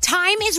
Time is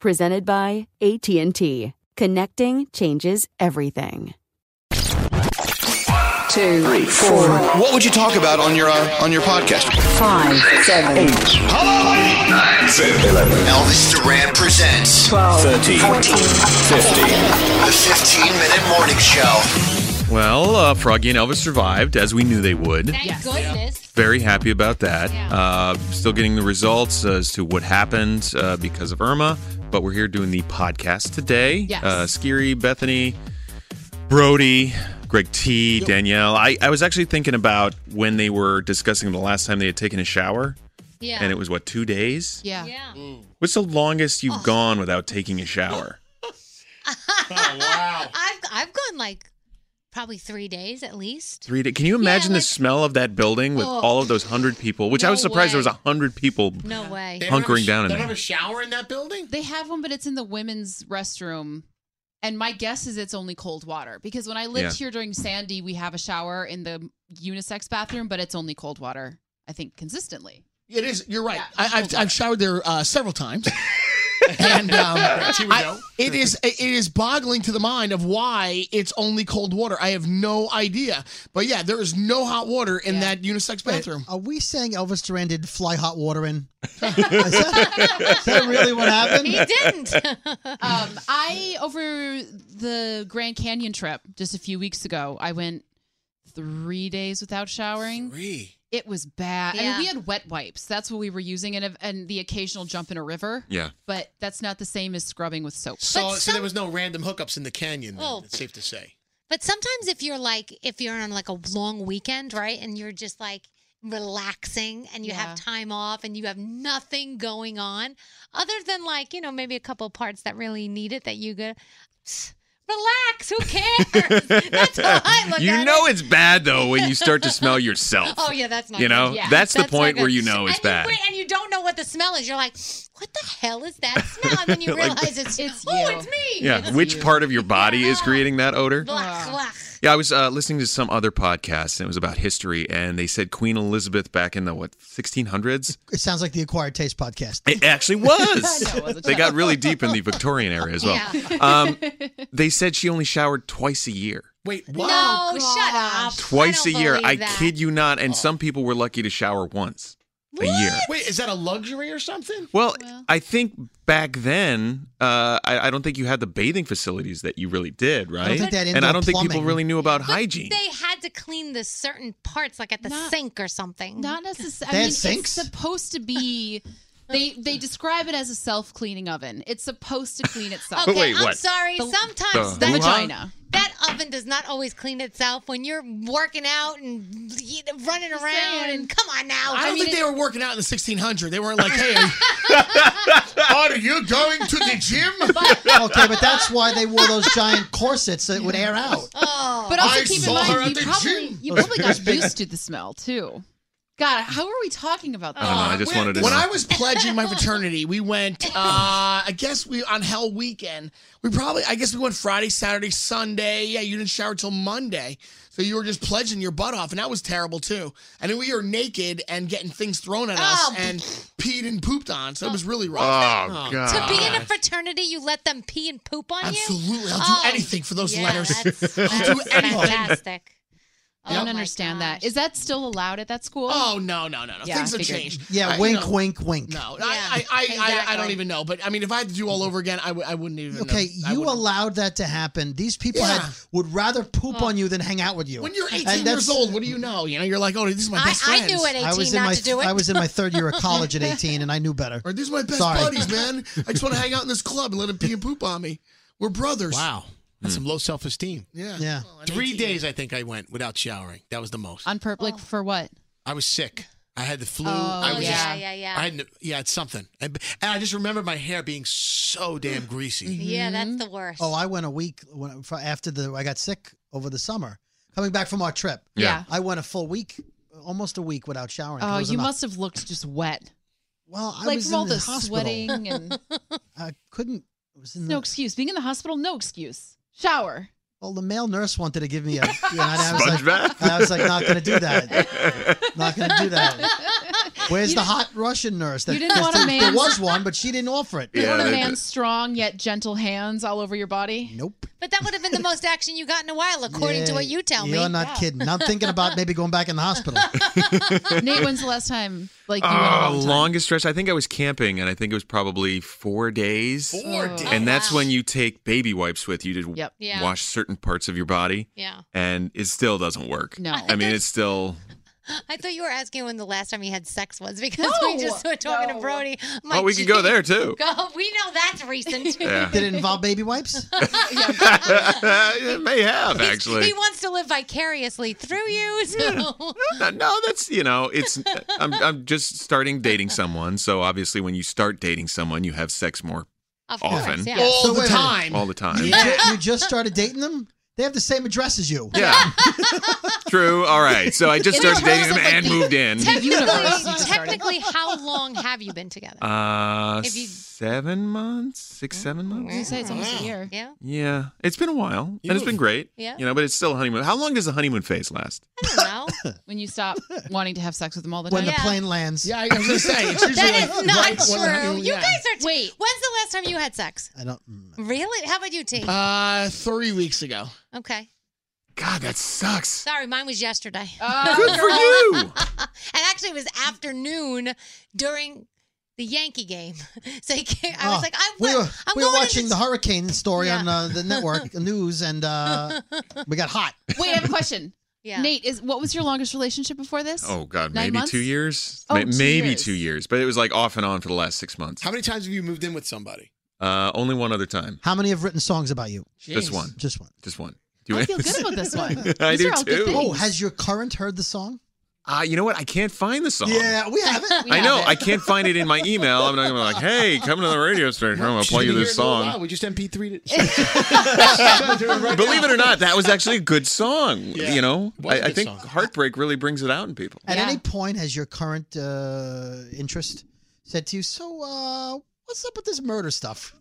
presented by AT&T. Connecting changes everything. Two, four, What would you talk about on your uh, on your podcast? five, seven, eight, Hello, eight, nine, seven, eleven. Elvis Duran presents twelve, the 15 minute morning show. Well, uh, Froggy and Elvis survived, as we knew they would. Thank goodness. Very happy about that. Uh, still getting the results as to what happened uh, because of Irma, but we're here doing the podcast today. Yes. Uh, Skiri, Bethany, Brody, Greg T, Danielle. I, I was actually thinking about when they were discussing the last time they had taken a shower, Yeah. and it was, what, two days? yeah. Oh. What's the longest you've gone without taking a shower? I've I've gone like probably three days at least. Three days. Can you imagine like- the smell of that building with Oh. all of those hundred people? Which I No was surprised way. there was a hundred people No way. They- Hunkering down in They there. don't have a shower in that building. They have one, but it's in the women's restroom. And my guess is it's only cold water because when I lived Yeah. here during Sandy, we have a shower in the unisex bathroom, but it's only cold water. I think consistently. It is. You're right. Yeah, I, I've, I've showered there uh, several times. and um, I, it is it is boggling to the mind of why it's only cold water. I have no idea. But yeah, there is no hot water in Yeah. that unisex bathroom. Are we saying Elvis Duran did fly hot water in? is, that, is that really what happened? He didn't. Um, I over the Grand Canyon trip just a few weeks ago, I went three days without showering. Three. It was bad. I mean, Yeah. we had wet wipes. That's what we were using, and and the occasional jump in a river. Yeah. but that's not the same as scrubbing with soap. So, But so some- there was no random hookups in the canyon. Then, Oh. It's safe to say. But sometimes if you're like if you're on like a long weekend, right, and you're just like relaxing and you Yeah. have time off and you have nothing going on other than like you know maybe a couple parts that really need it that you go "Psst, relax who cares that's how i look you at know it it's bad though when you start to smell yourself. Oh, yeah, that's not You good. know, Yeah, that's, the that's not point good. where you know it's bad. Wait, and you don't know what the smell is you're like what the hell is that smell and then you Like- realize it's, it's oh it's me yeah, It's which you. part of your body is creating that odor? Blah, blah. Yeah, I was uh, listening to some other podcast and it was about history, and they said Queen Elizabeth back in the what 1600s. It sounds like the Acquired Taste podcast. It actually was. they got really deep in the Victorian era as well. Um, they said she only showered twice a year. Wait, no shut up Twice a don't year. I believe that. kid you not. And some people were lucky to shower once a year. Wait, is that a luxury or something? Well, I think back then, uh, I, I don't think you had the bathing facilities that you really did, right? think they had and I indoor don't think people plumbing. really knew about But hygiene. They had to clean the certain parts, like at the sink or something. Not necessarily. They I had mean, sinks? it's supposed to be. They they describe it as a self cleaning oven. It's supposed to clean itself. But wait, I'm what? sorry. The- Sometimes the that vagina. That oven does not always clean itself when you're working out and running around. And come on now. I don't Oh, mean, think it- they were working out in the 1600. They weren't like, hey, are you going to the gym? okay, but that's why they wore those giant corsets that would air out. But also I keep in saw her mind, at you the probably gym. you probably got Those big- used to the smell too. God, how are we talking about that? I don't know. I just wanted to when know. I was pledging my fraternity, we went. Uh, I guess we on Hell Weekend. We probably. I guess we went Friday, Saturday, Sunday. Yeah, you didn't shower till Monday, so you were just pledging your butt off, and that was terrible too. And then we were naked and getting things thrown at Oh. us, and peed and pooped on. So it was really rough. Oh, to be in a fraternity, you let them pee and poop on you. Absolutely, I'll do Oh, anything for those yeah, letters. that's- I'll do that's anything. Fantastic. I don't understand that. Is that still allowed at that school? Oh no no no no! Yeah, I Things have figured. changed. Yeah, I- you wink, know, wink, wink. No, I, I, I, I, I don't exactly. even know. But I mean, if I had to do all over again, I w- I wouldn't even. Okay, know. I you allowed that to happen. These people had, would rather poop on you than hang out with you. When you're And 18 years that's- old, what do you know? You know, you're like, oh, these are my best friends. I was in my, I was in my third year of college at 18, and I knew better. Or these are my best Sorry. buddies, man. I just want to hang out in this club and let them pee and poop on me. We're brothers. Wow. That's some low self esteem. Yeah. Yeah. Three days I think I went without showering. That was the most. On purpose, like for what? I was sick. I had the flu. Oh, I was yeah, just- yeah, yeah. I had, no- yeah, it's something. And, and I just remember my hair being so damn greasy. Mm-hmm. Yeah, that's Mm-hmm. the worst. Oh, I went a week when, for- after the I got sick over the summer, coming back from our trip. Yeah. Yeah. I went a full week, almost a week without showering. 'cause Oh, it was you in the- must have looked just wet. Well, I like was from all in the, the hospital. sweating and I couldn't. It was in the, no excuse. Being in the hospital, no excuse. Shower. Well, the male nurse wanted to give me a. And I was Sponge like, bath? I was like, not going to do that. not going to do that. Where's You the didn't- hot Russian nurse? That, you didn't want a there- There man- was one, but she didn't offer it. You want a man's strong yet gentle hands all over your body? Nope. But that would have been the most action you got in a while, according to Yeah, what you tell me. You're not kidding. I'm thinking about maybe going back in the hospital. Nate, when's the last time like you Uh, went Oh, along? longest stretch. I think I was camping, and I think it was probably four days. Four Oh. days. and that's when you take baby wipes with you to Yep. Yeah. wash certain parts of your body. Yeah. and it still doesn't work. No. I mean it's still. I thought you were asking when the last time you had sex was because No. we just were talking to Brody. Oh, we could go geez. there, too. Go. We know that's recent. Yeah. Did it involve baby wipes? it may have He's- actually. He wants to live vicariously through you. So. No, no, that's you know, it's I'm I'm just starting dating someone, so obviously when you start dating someone, you have sex more Of course, often, yeah. All the time. all the time. You, ju- you just started dating them? They have the same address as you. Yeah. True. All right. So I just In the started dating terms them of, like, and the- moved in. universe you Technically, just technically, how long have you been together? Uh, If you- seven months, six, Oh, seven months. You say it's almost a year. Yeah. Yeah, it's been a while, and it's been great. Yeah. you know, but it's still a honeymoon. How long does the honeymoon phase last? When you stop wanting to have sex with them all the When time. the plane lands. Yeah, I was going to say. It's usually That like is not right when the true. honeymoon- You yeah. guys are. Wait. When's the last time you had sex? I don't. Really? How about you, T? Uh, three weeks ago. okay. God, that sucks. Sorry, mine was yesterday. Oh, Good for you. And actually, it was afternoon during the Yankee game. So he came, I was Oh, like, I'm, we were, I'm we were going to watching the hurricane story Yeah. on uh, the network news, and uh, we got hot. Wait, I have a question. Nate, is what was your longest relationship before this? Oh God, Nine maybe months? two years. Oh, Ma- two maybe years. two years, but it was like off and on for the last six months. How many times have you moved in with somebody? Uh, only one other time. How many have written songs about you? Just one. Just one. Just one. Do you I want- feel good about this one. I These do are all good too. Oh, has your current heard the song? Uh, you know what? I can't find the song. Yeah, we have it. I know. I can't find it in my email. I'm not gonna be like, hey, come to the radio station. I'm gonna play you this song. Oh, Wow, we just MP3 Believe it or not, that was actually a good song. Yeah. You know, It was I, a I good think song. heartbreak really brings it out in people. At any point, has your current uh, interest said to you, "So, uh, what's up with this murder stuff?"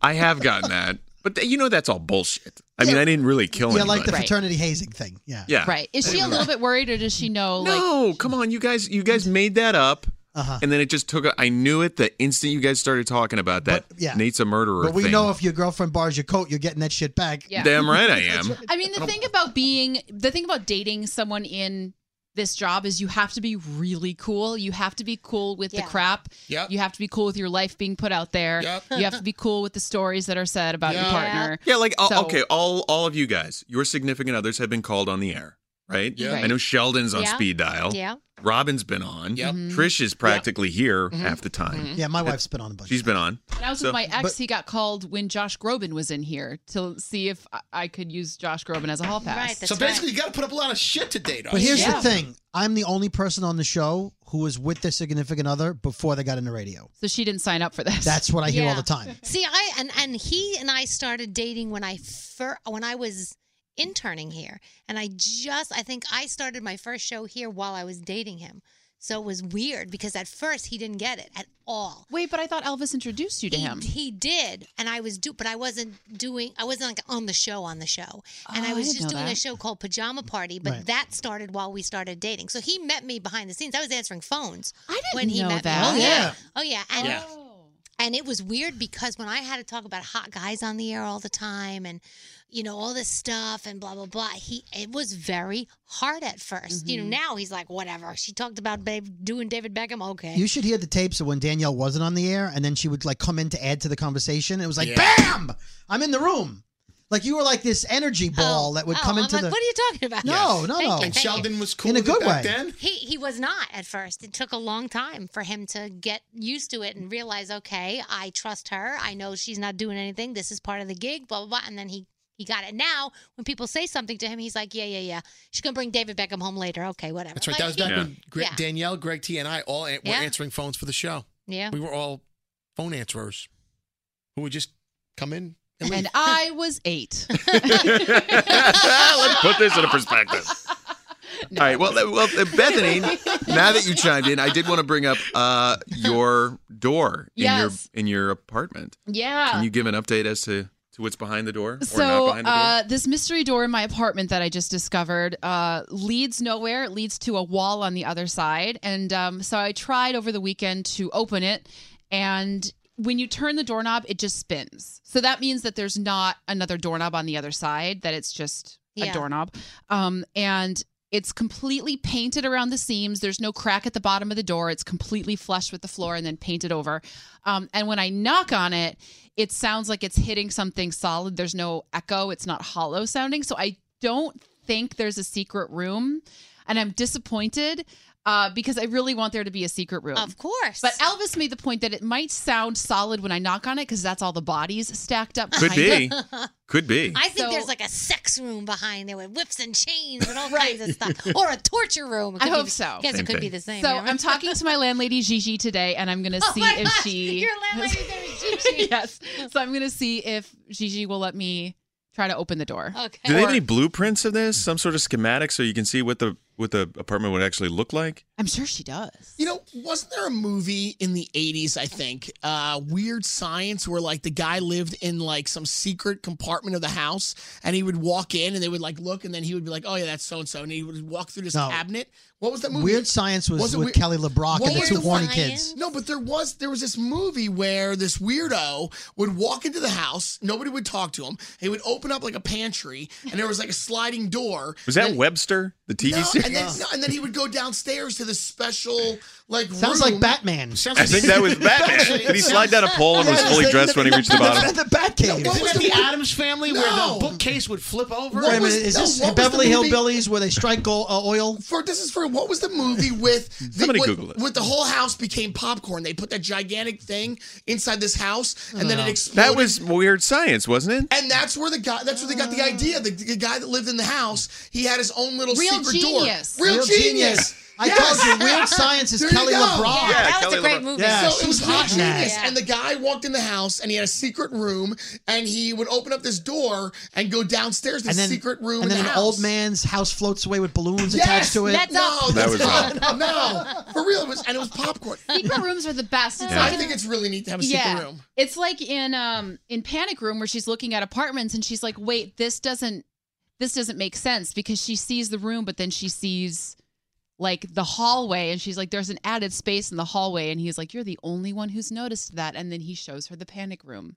I have gotten that, but th- you know that's all bullshit. I mean, I didn't really kill yeah, anybody. like the fraternity hazing thing. Yeah. Yeah. Right. Is she a little bit worried or does she know like No, come on, you guys. You guys Mm-hmm. made that up, Uh-huh. and then it just took. A, I knew it the instant you guys started talking about that. yeah. Nate's a murderer. But we thing. know if your girlfriend borrows your coat, you're getting that shit back. Yeah. Damn right I am. I mean, the thing about being, the thing about dating someone in this job is you have to be really cool. You have to be cool with the crap. Yep. You have to be cool with your life being put out there. Yep. You have to be cool with the stories that are said about your Yeah. partner. Yeah, like all- So- okay, all all of you guys, your significant others have been called on the air, right? Yeah. Right. I know Sheldon's on Yeah. speed dial. Yeah. Robin's been on. Yep. Mhm. Trish is practically here Mhm. half the time. Mhm. Yeah, my wife's been on a bunch. She's been on. When I was So- with my ex, he got called when Josh Groban was in here to see if I- I could use Josh Groban as a hall pass. Right, so basically, you got to put up a lot of shit to date us. But here's the thing: I'm the only person on the show who was with their significant other before they got into radio. So she didn't sign up for this. That's what I hear all Yeah. the time. See, I and and he and I started dating when I fir- when I was interning here, and I just I think I started my first show here while I was dating him. So it was weird because at first he didn't get it at all. Wait, but I thought Elvis introduced you to he, him. He did, and I was do, but I wasn't doing. I wasn't like on the show on the show, and Oh, I I was didn't just know doing a that. show called Pajama Party. But Right. that started while we started dating. So he met me behind the scenes. I was answering phones I didn't when he know met that. me. Oh, yeah. oh yeah, and Yeah. and it was weird because when I had to talk about hot guys on the air all the time and you know all this stuff and blah blah blah, he it was very hard at 1st You Mm-hmm. know, now he's like whatever. She talked about babe doing David Beckham, okay. You should hear the tapes of when Danielle wasn't on the air, and then she would like come in to add to the conversation. It was like, bam! I'm in the room. Like you were like this energy ball that would Oh, come I'm into like, the. what are you talking about? No, no, Thank no. you, And thank Sheldon you. was cool In a with it good back way. then? He he was not at first. It took a long time for him to get used to it and realize, okay, I trust her. I know she's not doing anything. This is part of the gig. Blah blah blah. And then he he got it. Now when people say something to him, he's like, yeah yeah yeah. She's gonna bring David Beckham home later. Okay, whatever. That's Like, right. That was back he- when Gre- yeah. Danielle, Greg T, and I all an- Yeah. were answering phones for the show. Yeah. We were all phone answerers who would just come in and leave. And I was eight. Let's put this into perspective. All right. Well, well, Bethany, now that you chimed in, I did want to bring up uh, your door in Yes. your in your apartment. Yeah. Can you give an update as to, to what's behind the door or not so behind the door? uh, this mystery door in my apartment that I just discovered uh, leads nowhere. It leads to a wall on the other side, and um, so I tried over the weekend to open it, and when you turn the doorknob, it just spins. So that means that there's not another doorknob on the other side. That it's just Yeah. a doorknob, um, and. It's completely painted around the seams. There's no crack at the bottom of the door. It's completely flush with the floor and then painted over. Um, and when I knock on it, it sounds like it's hitting something solid. There's no echo. It's not hollow sounding. So I don't think there's a secret room, and I'm disappointed uh, because I really want there to be a secret room. Of course. But Elvis made the point that it might sound solid when I knock on it because that's all the bodies stacked up. Could be. behind it. Could be. I think So- there's like a sex room behind there with whips and chains and all kinds of stuff, or a torture room. It I could be hope the- so. Guess it could be the same. So yeah, right? I'm talking to my landlady Gigi today, and I'm gonna Oh see my if gosh, she. your landlady's name is Gigi. yes. So I'm gonna see if Gigi will let me try to open the door. Okay. Do they have any blueprints of this? Some sort of schematic so you can see what the what the apartment would actually look like? I'm sure she does. You know, wasn't there a movie in the 80s, I think, uh, Weird Science, where like the guy lived in like some secret compartment of the house and he would walk in and they would like look and then he would be like, oh yeah, that's so and so. And he would walk through this No. cabinet. What was that movie? Weird Science was, it with Weird- Kelly LeBrock What and the was two horny one- kids. No, but there was there was this movie where this weirdo would walk into the house, nobody would talk to him. He would open up like a pantry, and there was like a sliding door. Was that Webster? The The TV no, series. And then, no, and then he would go downstairs to the special like. Sounds room. like Batman. Sounds I think that was Batman. Did he slide down a pole and was Yeah, fully the- dressed when he reached the bottom? The Isn't Batcave. that the Adams family where No. the bookcase would flip over? Wait a minute, is this Beverly Hillbillies where they strike gold, uh, oil? For this is for what was the movie with the, Somebody what- Google it. With the whole house became popcorn. They put that gigantic thing inside this house, and then Oh. it exploded. That was weird science, wasn't it? And that's where the guy. That's where they got the idea. The, the guy that lived in the house, he had his own little Real secret genius. door. Real, Real genius. genius. I told you, Weird Science is you Kelly go. LeBron. Yeah, Yeah, that was a Kelly great LeBron. movie. Yeah, so it was she's real hot in that. genius. And the guy walked in the house, and he had a secret room, and he would open up this door and go downstairs to the secret room. and then in an the house. old man's house floats away with balloons Yes, attached to it. that's up. No, That that's was up. up. No, for real, it was and it was popcorn. Secret rooms are the best. It's Yeah. like I in- think it's really neat to have a secret room. It's like in um in Panic Room where she's looking at apartments and she's like, wait, this doesn't this doesn't make sense because she sees the room, but then she sees like the hallway and she's like, there's an added space in the hallway, and he's like, you're the only one who's noticed that, and then he shows her the panic room.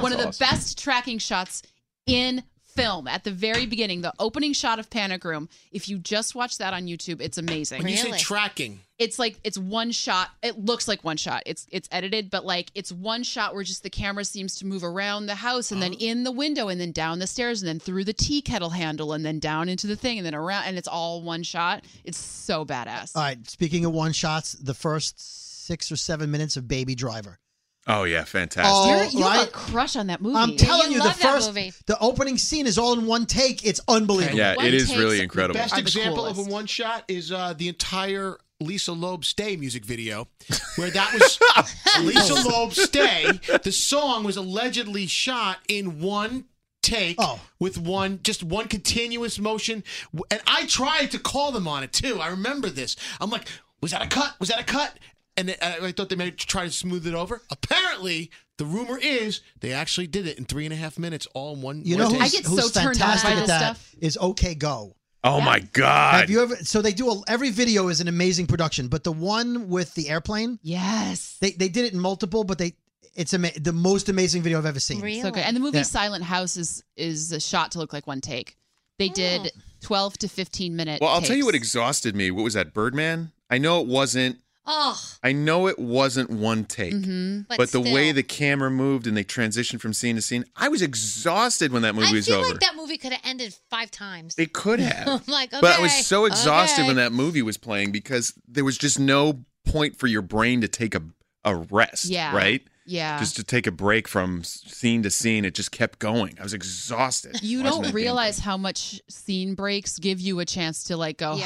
one of the awesome. best tracking shots in film at the very beginning, the opening shot of Panic Room. If you just watch that on YouTube, it's amazing. When you say tracking, it's like it's one shot it looks like one shot it's it's edited but like it's one shot where just the camera seems to move around the house and then Uh-huh. in the window and then down the stairs and then through the tea kettle handle and then down into the thing and then around and it's all one shot it's so badass All right, speaking of one shots, the first six or seven minutes of Baby Driver. Oh yeah, fantastic. You're- Oh, you have a right. crush on that movie I'm telling you, the love that first, movie. the opening scene is all in one take. It's unbelievable. Yeah, it is really incredible. Best Are the example of a one shot is uh, the entire Lisa Loeb "Stay" music video, where that was Oh. Lisa Loeb "Stay." The song was allegedly shot in one take Oh. with one just one continuous motion, and I tried to call them on it too. I remember this. I'm like, was that a cut? Was that a cut? And I I thought they might try to smooth it over. Apparently, the rumor is they actually did it in three and a half minutes, all in one. You one know take. who's, who's fantastic at that is OK Go. Oh my god. Have you ever? So they do a, every video is an amazing production, but the one with the airplane, yes, they they did it in multiple, but they it's ama- the most amazing video I've ever seen. So good. And the movie Yeah. Silent House is is shot to look like one take. They did 12 to 15 minute. Well, I'll tell you takes. what exhausted me. What was that, Birdman? I know it wasn't. Oh, I know it wasn't one take. Mm-hmm. Mhm. But, But the still. way the camera moved and they transitioned from scene to scene, I was exhausted when that movie I was feel over. like that movie could have ended five times. It could have. I'm like, but I was okay, so exhausted okay. when that movie was playing because there was just no point for your brain to take a a rest. Yeah. Right. Yeah. Just to take a break from s- scene to scene, it just kept going. I was exhausted. You watching that don't damn realize how much scene breaks give you a chance to like go. thing.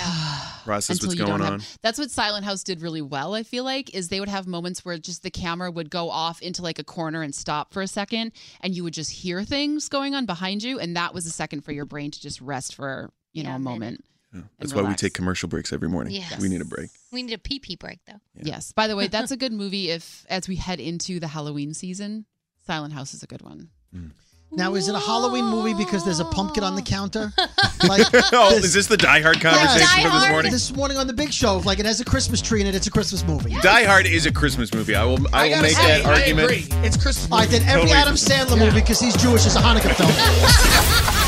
process what's until you going don't on. have- that's what Silent House did really well, I feel like, is they would have moments where just the camera would go off into like a corner and stop for a second, and you would just hear things going on behind you, and that was a second for your brain to just rest for you know a moment. Yeah. and That's why we relax. take commercial breaks every morning. Yes. We need a break. We need a pee pee break though. Yes. By the way, that's a good movie if as we head into the Halloween season. Silent House is a good one. Now, is it a Halloween movie because there's a pumpkin on the counter? oh, is this the Die Hard conversation for this morning? This morning on the Big Show, like it has a Christmas tree in it. It's a Christmas movie. Die Hard is a Christmas movie. I will. I, will gotta make say, that I argument. agree. It's Christmas. All right, then every Totally. Adam Sandler movie because he's Jewish is a Hanukkah film.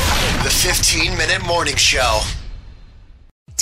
The 15 minute morning show.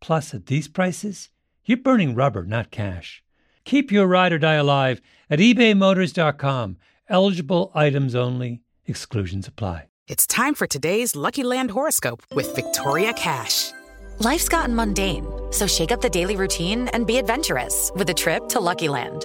Plus, at these prices, you're burning rubber, not cash. Keep your ride or die alive at ebaymotors.com. Eligible items only, exclusions apply. It's time for today's Lucky Land horoscope with Victoria Cash. Life's gotten mundane, so shake up the daily routine and be adventurous with a trip to Lucky Land.